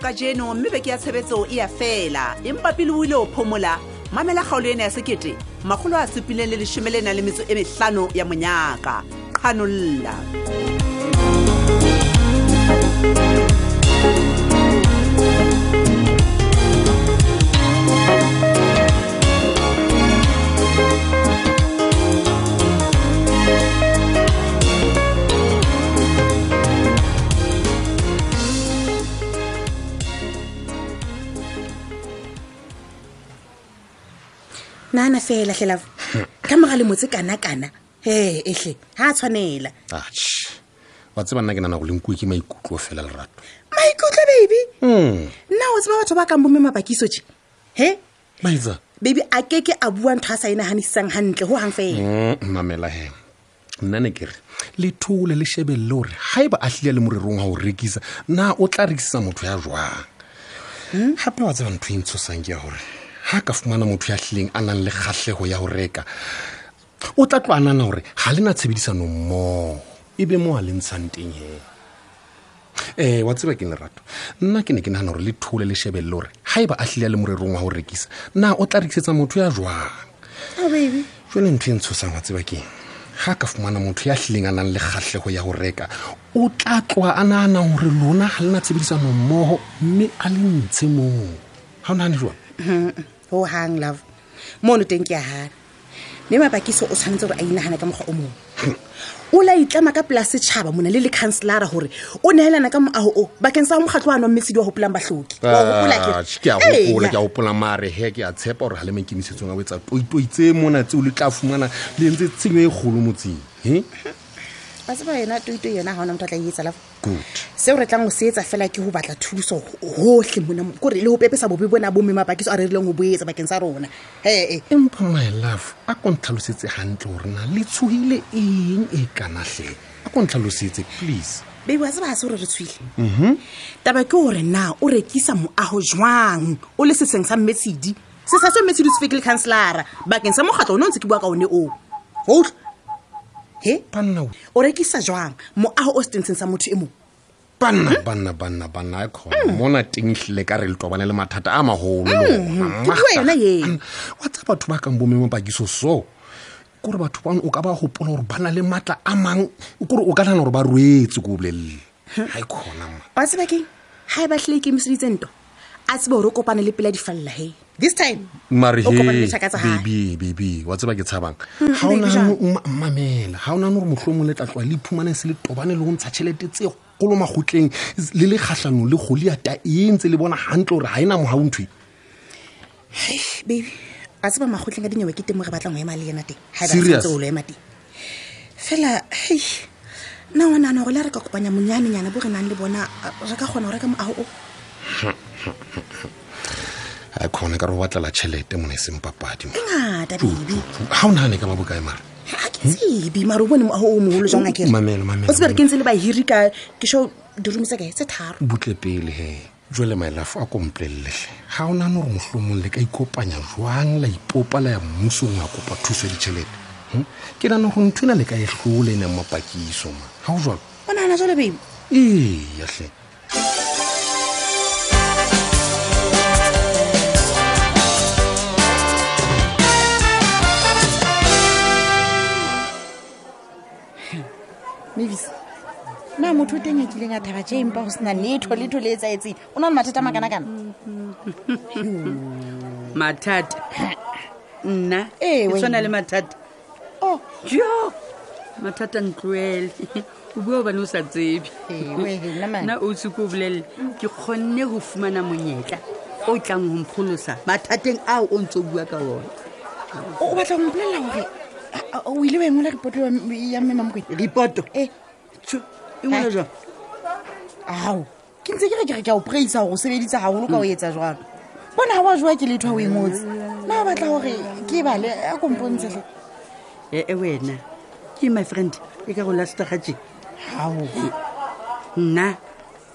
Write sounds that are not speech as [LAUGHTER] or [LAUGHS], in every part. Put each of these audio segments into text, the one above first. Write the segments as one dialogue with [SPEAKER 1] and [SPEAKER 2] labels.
[SPEAKER 1] ka jeno mme beke ya tshebetso e a fela empa pele o ile o phomola mamela kgaolo ena ya sekete magolo a supileng le leshome le nang le metso e mehlano ya monyaka qhanolla
[SPEAKER 2] nana fela tlhelafo ka moga le motse kana-kana he ehle ga a tshwanela
[SPEAKER 3] atšhe wa tseba nna ke nana go le nkuwe ke maikutlo fela lerato
[SPEAKER 2] maikutlo baby
[SPEAKER 3] Mm.
[SPEAKER 2] nna o tseba batho ba kang bomme mabakiso je he
[SPEAKER 3] maitsa
[SPEAKER 2] baby a keke a bua ntho a sa e naganisang gantle go gang fela
[SPEAKER 3] mamela he Mm, nna ne ke re le thole le shebelele gore ga e ba a tlile le morerong wa go rekisa na o tla rekisa motho ya jwang gape wa tseba ntho e ntshosang ke ya gore ga ka fumana motho ya tlileng a nang le kgatlhego ya go reka o tla tlo a nana gore ga lena tshebedisano mmogo e be mo a le ntshang teng he um wa tseba ke lerato nna ke ne ke nagana gore le thole le shebelele gore ga e ba a tlile le morerong wa go rekisa na o tla rekisetsa motho ya jwang
[SPEAKER 2] o
[SPEAKER 3] Oh,
[SPEAKER 2] baby
[SPEAKER 3] jone ntho e ntshosang wa tseba keng ga ka fumana motho ya tlileng a nang le kgatlhego ya go reka o tla tloa a naana gore lona ga lena tshebedisano mmogo mme a le ntshe moo ga o nagane jwa
[SPEAKER 2] go gang love mono teng ke a gana mme mabakiso o tshwanetse gore a inagana ka mokgwa o mongwe o la itlama ka pela setšhaba mona le le councelara gore o neelana ka moago o bakeng sa mokgatlho wa nwa mmetsedi wa gopolang batlhoki
[SPEAKER 3] Ah, ke a gopola ke a gopola maare he ke a tshepa gore ga le maikemisetsong a boetsa toitoi tse mona tseo le tla fumana le ntse tshenyo e kgolo motseng e
[SPEAKER 2] wa tseba yona toito yona ga ona motho a tla e etsa lafo
[SPEAKER 3] good
[SPEAKER 2] seo re tlang go se etsa fela ke go batla thuso gotlhe mona mo- kore le go pepesa bobe bona bomme mabakiso a re rileng go boetsa bakeng sa rona ee
[SPEAKER 3] empa my love a ko ntlhalosetse gantle gore na le tshogile eng e kanatlhe a ko ntlhalosetse please
[SPEAKER 2] bebe wa tseba ga se gore re tshwile
[SPEAKER 3] Mhm.
[SPEAKER 2] taba ke gore na o rekisa moago jwang o le seseng sa mmetsedi se sa se mmetsedi se feke le councelara bakeng sa mokgatlho o ne o ntse ke bua ka one oo outlwa he
[SPEAKER 3] panna
[SPEAKER 2] o rekisa jwang moago o setenseng sa motho e mongwe
[SPEAKER 3] banna banna banna banna a kgona mona teng tlile ka re le tobane le mathata a magolo le ona.
[SPEAKER 2] ke bua yona eo.
[SPEAKER 3] Anna, wa tsa batho ba kang bomemo pakiso so kore batho bano o ka ba gopola gore ba na le maatla a mang kore o ka nana gore ba roetse ko bolelele ga e kgona ma
[SPEAKER 2] wa tseba keng ga e batlhile ikemiseditse nto a tseba gore o kopane le pela difalela he this time
[SPEAKER 3] mare
[SPEAKER 2] O kopane le
[SPEAKER 3] he,
[SPEAKER 2] thaka tsa hae.
[SPEAKER 3] baby baby wa tseba ke tshabang ga
[SPEAKER 2] baby, jwang?
[SPEAKER 3] onamamela ga o nane gore motlho mongwe le tlatloa le iphumane se le tobane le go ntsha tšhelete tse kgolo magotleng le le kgatlhanong le goliata e ntse le bona gantle gore ga ena mogao ntho e
[SPEAKER 2] baby a tseba magotlheng ka dinyewe ke temo re batlang go ema le yena teng e ga
[SPEAKER 3] Serious?
[SPEAKER 2] o lo ema teng fela hei nna o nagana gore le ha re ka kopanya monyanenyana bo re nang le bona a- re ka kgona go reka moago o
[SPEAKER 3] a kgona ka re o batlela tšhelete mone e seng papadi
[SPEAKER 2] e ngata baby
[SPEAKER 3] ga o nagane ka babokae mara
[SPEAKER 2] ga ke tsebe mare o bone moago o mogolo jang a kere
[SPEAKER 3] Hm? Mamela, mamela,
[SPEAKER 2] o tsebe re ke ntse le bahiri ka ke sho diromo tsa kae tse tharo
[SPEAKER 3] butle pele he jwale maelafo a kompleleletlhe ga o nagane gore motlhomong le ka ikopanya jwang la ipopa la ya mmusong wa kopa thuso ya ditšhelete Hm? ke nagane gore ntho ena le ka e tlhole ene mapakiso ma ga o jwalo
[SPEAKER 2] o nagana jalo baby
[SPEAKER 3] ee yatlhe
[SPEAKER 4] mavis na motho o teng a kileng a thaba je empa go sena letho letho le e tsaetseng o na le mathata a makanakana
[SPEAKER 5] mathata nna
[SPEAKER 4] Eh,
[SPEAKER 5] ke
[SPEAKER 4] wena.
[SPEAKER 5] tshwana le mathata
[SPEAKER 4] Oh.
[SPEAKER 5] jo mathata ntloele o bua obane o sa tsebe
[SPEAKER 4] Eh, wena man.
[SPEAKER 5] nna o suko o bolelele ke kgonne go fumana monyetla o tlang go mpholosa mathateng ao o ntse o bua ka one
[SPEAKER 4] o o batla go mpolelela gore a- a- o ile wa engwela repoto ya mmema mokwedi
[SPEAKER 5] ripoto
[SPEAKER 4] e
[SPEAKER 5] tjo, e ngole
[SPEAKER 4] Ha.
[SPEAKER 5] jang
[SPEAKER 4] ao ke ntse ke re ke re ke a o praisa gore o sebedisa gagolo ka o
[SPEAKER 5] Mm.
[SPEAKER 4] etsa jalo bona ga wa jwa ke letho a o engwetse na o batla gore ke e bale a kompontsele
[SPEAKER 5] ee Eh, wena ke my friend e ka go lastagaje
[SPEAKER 4] ao
[SPEAKER 5] nna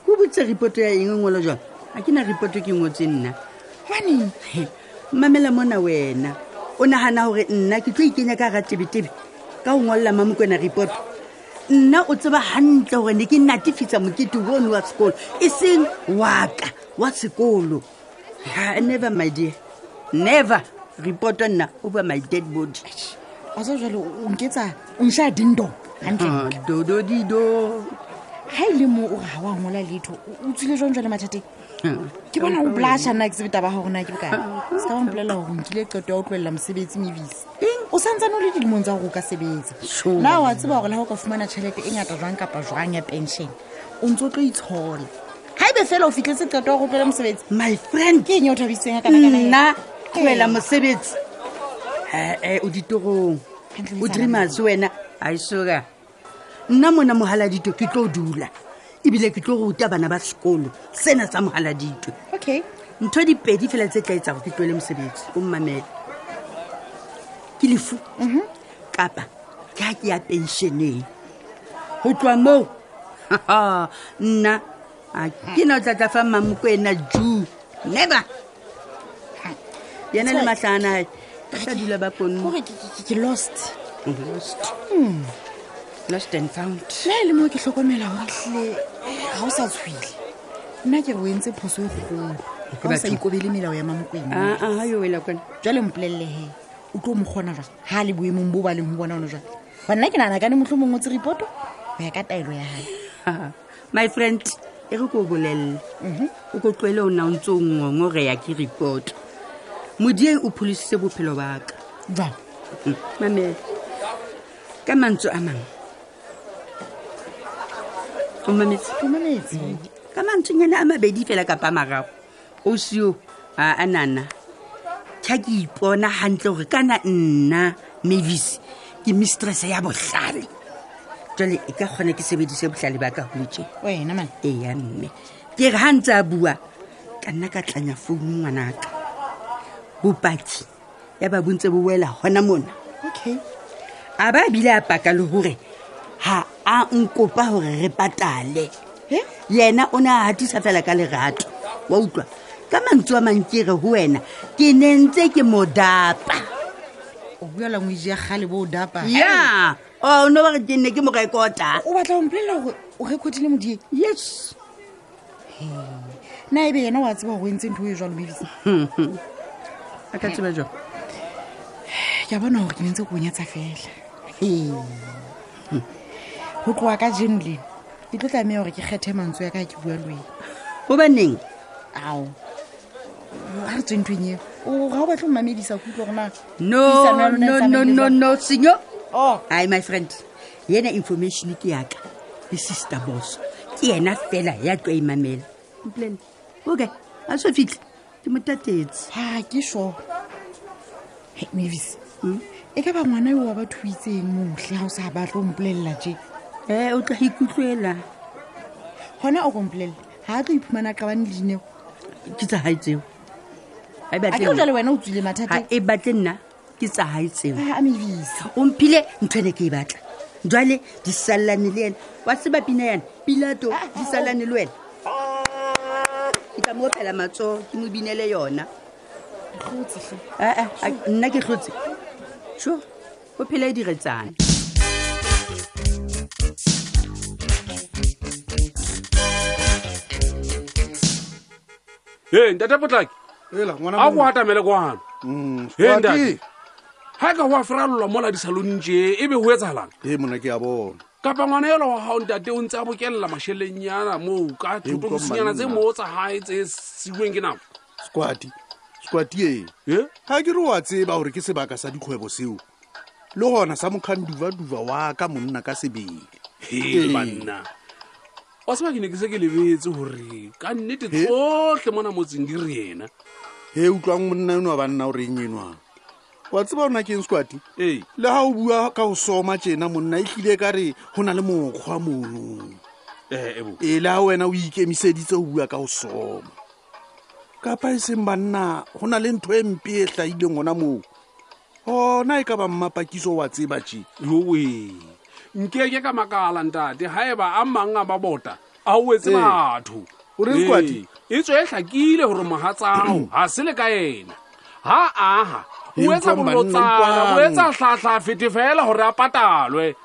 [SPEAKER 5] o botse ripoto ya eng e ngole jang a ke na ripoto ke ngwetse nna
[SPEAKER 4] gobaneng
[SPEAKER 5] mamela mona wena o nagana gore nna ke tlo ikenya ka gara tebetebe ka go ngwalela mamokwena report nna o tseba gantle gore ne ke natefisa mokete one wa sekolo e seng waka wa sekolo Ha, never my dear never reporta nna over my dead body
[SPEAKER 2] a sa jalo o nketsa o nša dingdong gantle
[SPEAKER 5] Ah, dododido
[SPEAKER 2] ga e le moo o re ga wa ngola letho o- o tswile jwang jwale mathateng ke bona o blusha nna ke sebetaba ga gorena ke bokae se ka bampolelela gore nkile qeto ya o tloelela mosebetsi mebisi o santsane o le dilemong tsa gore o ka sebetsa
[SPEAKER 5] Sure.
[SPEAKER 2] na wa tseba gore le ga o ka fumana tšhelete e ngata jwang kapa jwang ya pension o ntse o tlo itshola ga ebe fela o fitlhetse qeto ya go tloela mosebetsi
[SPEAKER 5] my friend
[SPEAKER 2] ke eng e o thabisitseng
[SPEAKER 5] nna
[SPEAKER 2] Eh.
[SPEAKER 5] tloela mosebetsi ee o ditorong
[SPEAKER 2] Hantle,
[SPEAKER 5] o
[SPEAKER 2] buisana
[SPEAKER 5] dreamase wena a isoka nna mona mogaladito ke tlo dula ebile ke tlo ruta bana ba sekolo sena sa mogaladito
[SPEAKER 2] okay
[SPEAKER 5] ntho dipedi fela tse tla etsago ke tloele mosebetsi o mmamele ke lefu kapa ke ga ke ya penšeneng go tloa moo [LAUGHS] nna a ke na o tlatla fa mmamoko ena ju never yena le
[SPEAKER 2] Tswai.
[SPEAKER 5] matlhaanae sa dula ba
[SPEAKER 2] kore ke- ke- ke- ke lost
[SPEAKER 5] konlost and found
[SPEAKER 2] nna e le mo ke tlhokomela gore tlile ga o sa tshwile nna ke re o entse phoso e kgolo ga o sa
[SPEAKER 5] batho.
[SPEAKER 2] ikobele melao ya mamokweng
[SPEAKER 5] aa Ah, yo wela kwana
[SPEAKER 2] jwale mpolelelege o tlo mokgona jang ga a le boemong bo ba leng go bona one jang ba nna ke nagana kane motlho mongwe tse repoto go ya ka taelo ya gae
[SPEAKER 5] Ah, [LAUGHS] my friend e re ko bolelele o ko tloele o nna o ntse o ngongoreya ke report modieng o pholositse bophelo baka
[SPEAKER 2] jang
[SPEAKER 5] Mm, mamela ka mantswe a mangwe o mametse
[SPEAKER 2] ke mametse
[SPEAKER 5] ka mantswenyana a mabedi fela kapa a mararo o seo a anana ka ke ipona gantle gore kana nna mavis ke mistress ya botlhale jale e ka kgona ke sebedise botlhale ba ka goje
[SPEAKER 2] wena mane
[SPEAKER 5] e ya mme ke re ga ntse a bua ka nna ka tlanya founu ngwanaka bopaki ya ba bontse bo boela gona mona
[SPEAKER 2] okay
[SPEAKER 5] a ba bile a paka le gore ga a nkopa gore re patale
[SPEAKER 2] He?
[SPEAKER 5] yena o ne a gatisa fela ka lerato wa utlwa ka mantswe a mankere go wena ke ne ntse ke modapa
[SPEAKER 2] o buela ngwe ja gale bo o dapa
[SPEAKER 5] ya o ne bare ke ne ke mo rekota
[SPEAKER 2] o batla ompolelela gore o recodile modie
[SPEAKER 5] yes
[SPEAKER 2] na ebe yena o a tseba gore o entse ntho e jalo mebise
[SPEAKER 5] a ka tseba jang
[SPEAKER 2] ke a bona gore ke ne ntse ko onyatsa fela Hei. go tloa ka jeno leno ke tlo tlameya gore ke kgethe mantswe ya ka ha ke bua le wena
[SPEAKER 5] gobaneng
[SPEAKER 2] ao ga re tswe nthong eo ga o batle go mamedisa ko utlwa gorena
[SPEAKER 5] no
[SPEAKER 2] e
[SPEAKER 5] no no no no senyo
[SPEAKER 2] Oh,
[SPEAKER 5] ai my friend yena information ke yaka le sister boss ke yena fela ya tlo e mamela Mpolelle. okay a so fitlhe ke motatetse
[SPEAKER 2] ha ke sure Hey, mavis
[SPEAKER 5] Hmm?
[SPEAKER 2] e ka ba ngwana eo wa batho o itseng motlhe ga o sa batlo mpolelela je
[SPEAKER 5] ee Eh, o tla ikutlwela
[SPEAKER 2] gona o kompolelela ga a tlo iphumana a qabane le dineo
[SPEAKER 5] ke tsa gae tseo Ha e
[SPEAKER 2] a
[SPEAKER 5] batle
[SPEAKER 2] ke go jale
[SPEAKER 5] nna.
[SPEAKER 2] wena o tswile
[SPEAKER 5] Ha
[SPEAKER 2] mathateng
[SPEAKER 5] e batle nna ke tsa gae tseo
[SPEAKER 2] a mebisa
[SPEAKER 5] o mphile nthwene ke e batla jwale di sallane le ena wa seba pina yana pilato di sallane le wena ke ka mo phela matsoho ke mo binele yona
[SPEAKER 2] tlotsetlhe
[SPEAKER 5] Ah, ah, ah, nna ke tlotse sure o phela e diretsana
[SPEAKER 6] e ntate potlaki a go atamele kwano
[SPEAKER 7] Mm,
[SPEAKER 6] Hei, ntate. ga ka go a feralolwa mola disalong tee e be go etsagalang
[SPEAKER 7] e mona ke a bona
[SPEAKER 6] kapa ngwana elwa wa gao ntate o ntse a bokelela mašhelenyana moo ka
[SPEAKER 7] Hei, utlwa
[SPEAKER 6] thotokosinyana tse
[SPEAKER 7] monna.
[SPEAKER 6] moo tsa gae tse siuweng ke nako
[SPEAKER 7] squati squati e
[SPEAKER 6] e
[SPEAKER 7] ga ke re wa tseba gore ke sebaka sa dikgwebo seo le gona sa mokgang duva-duva wa ka monna ka sebele
[SPEAKER 6] he
[SPEAKER 7] Ee.
[SPEAKER 6] banna wa seba ke ne ke se ke lebetse gore ka nnete
[SPEAKER 7] He?
[SPEAKER 6] tsotlhe mona motseng di re ena
[SPEAKER 7] he utlwang monna eno wa banna gore eng enwang wa tseba ona ke eng squati
[SPEAKER 6] ee
[SPEAKER 7] le ga o bua ka go soma tjena monna e tlile ka re go na le mokgwa monong
[SPEAKER 6] ee ebo
[SPEAKER 7] e le ga wena o ikemiseditse go bua ka go soma kapa e seng banna go na le ntho e mpe e tlaileng gona moo gona e ka ba mmapakiso wa tseba tje
[SPEAKER 6] yowe nkeke ka makala ntate ga e ba a mang a ba bota a o etse
[SPEAKER 7] Ee.
[SPEAKER 6] batho
[SPEAKER 7] O reng,
[SPEAKER 6] Ee,
[SPEAKER 7] Kwadi?
[SPEAKER 6] e tswe e tlhakile gore mogatsao ga se le ka ena ga aga
[SPEAKER 7] Hei,
[SPEAKER 6] o etsa
[SPEAKER 7] utlwa monna,
[SPEAKER 6] bolotsana o
[SPEAKER 7] utlwang.
[SPEAKER 6] etsa tlhatlha fete fela gore a patalwe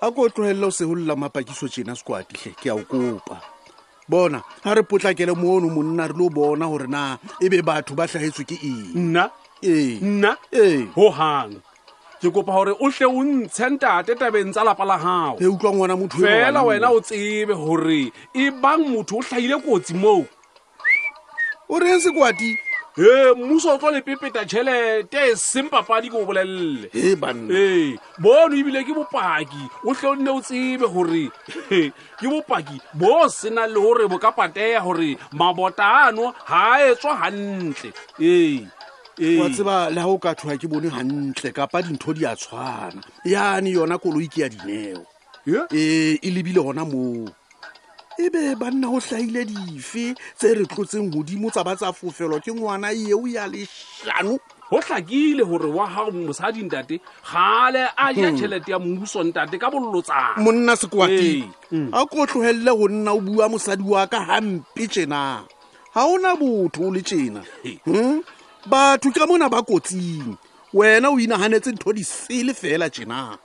[SPEAKER 7] a ko tlogelela o segolola mapakiso tjena sekwatihle ke a o kopa bona ga re potlakele moono monna re lo bona gore na e be batho ba tlhagetswe ke eng
[SPEAKER 6] nna
[SPEAKER 7] ee
[SPEAKER 6] nna
[SPEAKER 7] Ee.
[SPEAKER 6] ho hang ke kopa gore o hle o ntshentate tabeng tsa lapa la gago
[SPEAKER 7] e utlwa ngwana motho enwa
[SPEAKER 6] fela
[SPEAKER 7] wa
[SPEAKER 6] wena
[SPEAKER 7] moo.
[SPEAKER 6] o tsebe gore e bang motho o tlhaile kotsi moo
[SPEAKER 7] o reng sekwati
[SPEAKER 6] ee mmuso o tlo lepepeta tšhelete e seng papadi ke o bolelele
[SPEAKER 7] e banna
[SPEAKER 6] ee bono ebile ke bopaki o tle o nne o tsebe gore ke bopaki bo sena le gore bo ka pateya gore mabota ano ga a etswa gantle ee ee.
[SPEAKER 7] wa tseba le ga o ka thoya ke bone gantle kapa dintho di a tshwana yane yona koloi ke ya dineo
[SPEAKER 6] Yeah.
[SPEAKER 7] ee e lebile gona moo e be banna go tlhaile dife tse re tlotseng godimo tsa ba tsa fofelwa ke ngwana eo ya leshano
[SPEAKER 6] go tlhakile gore wa gago mosading tate gale a
[SPEAKER 7] Hmm.
[SPEAKER 6] ja tšhelete ya mmusong tate ka bololotsana
[SPEAKER 7] monna sekwati
[SPEAKER 6] Ee, mm.
[SPEAKER 7] a ko tlogelele go nna o bua mosadi wa ka gampe tjena ga ona botho o le tjena
[SPEAKER 6] Ee.
[SPEAKER 7] Hmm? batho ka mona ba kotsing wena o inaganetse ntho di sele fela tjena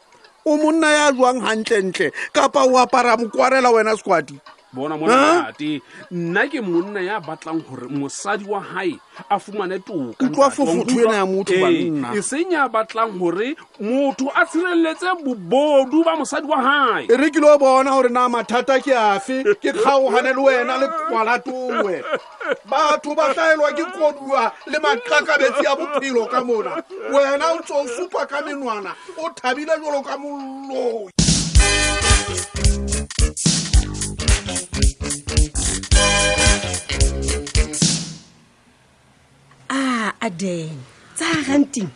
[SPEAKER 7] o monna ya jwang gantlentle kapa o apara mokwarela wena sekwati
[SPEAKER 6] bona
[SPEAKER 7] Ah?
[SPEAKER 6] mona tate nna ke monna ya batlang gore mosadi wa gae a fumane toka
[SPEAKER 7] Utlwa
[SPEAKER 6] ntate,
[SPEAKER 7] fofotho
[SPEAKER 6] wa
[SPEAKER 7] ena ya
[SPEAKER 6] nkutlwa?
[SPEAKER 7] motho
[SPEAKER 6] Ee,
[SPEAKER 7] banna.
[SPEAKER 6] e seng ya batlang gore motho a tshireletse bobodu ba mosadi wa gae
[SPEAKER 7] e re kile o bona gore na mathata ke afe ke kgaogane le wena le kwalatongwe batho ba tlaelwa ke kodua le maqakabetsi ya bophelo ka mona wena o tso o supa ka menwana o thabile jolo ka molloi
[SPEAKER 2] a aden tsa ranting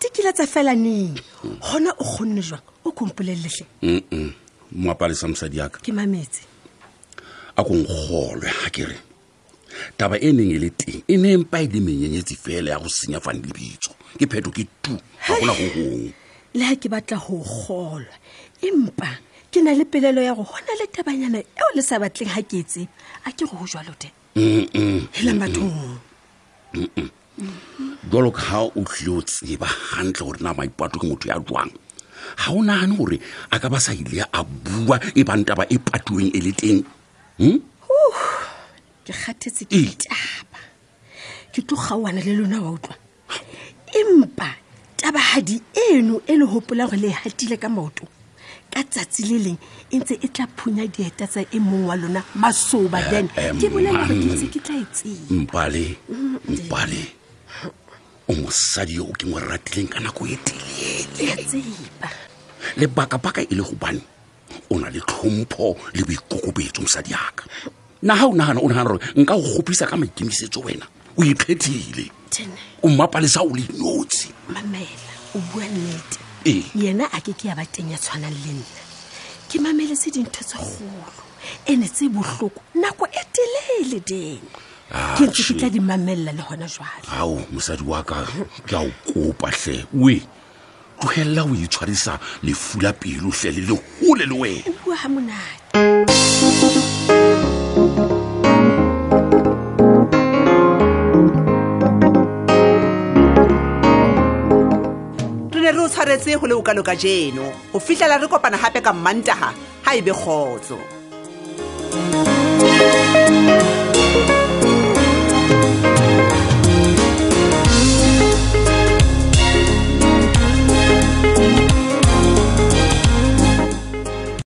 [SPEAKER 2] di kile tsa fela neng gona o kgonne jwang o kompoleletle
[SPEAKER 3] mm moapalesa mosadi yaka
[SPEAKER 2] ke mametse
[SPEAKER 3] a ko nkgolwe ga ke re taba e neng e le teng e ne mpa e le menyenyetsi fela ya go senya fane lebitso ke pheto ke tu ga gona go gong
[SPEAKER 2] le ga ke batla go golwa empa ke na le pelelo ya go gona le tabanyana eo le sa batleng ga ke etse a ke go go jwalo te
[SPEAKER 3] Mm-mm.
[SPEAKER 2] helang bathong
[SPEAKER 3] jalo ka ga o tlile o tseba gantle gore na maipato ke motho ya jwang ga o nagane gore a ka ba sa ile a bua e bang taba e patiweng e le teng
[SPEAKER 2] ke kgathetse ke
[SPEAKER 3] Ee.
[SPEAKER 2] taba ke tlo gaoana le lona wa utlwa empa tabagadi eno e le gopola go le e hatile ka maoto ka tsatsi le leng e ntse e tla phunya dieta tsa e mong wa lona masoba then
[SPEAKER 3] eh,
[SPEAKER 2] ke bolela gore ke
[SPEAKER 3] mmane.
[SPEAKER 2] ntse ke tla e etseng
[SPEAKER 3] mpale mpale o mosadi yo o ke mo ratileng ka nako e telele
[SPEAKER 2] ke a tseba
[SPEAKER 3] lebakabaka e le gobane o na le tlhompho le boikokobetso mosadi aka na ga o nagana o nagana gore nka go gopisa ka maikemisetso wena o ikgethile
[SPEAKER 2] tene
[SPEAKER 3] o mmapalesa o le notsi
[SPEAKER 2] mamela o bua nnete
[SPEAKER 3] Ee.
[SPEAKER 2] yena a ke ke ya ba teng ya tshwanang le nna ke mameletse dintho tse golo ene tse botlhoko nako e telele deng ke ntse ke tla di mamelela le gona jwale
[SPEAKER 3] ao mosadi wa ka ke a o kopatlhe oe tlogelela o itshwarisa lefula pelo tle le legole le wena
[SPEAKER 2] o bua ga monate
[SPEAKER 1] re ne re o tshwaretse go le okaloka jeno go fitlhela re kopana gape ka mmantaga ga e be kgotso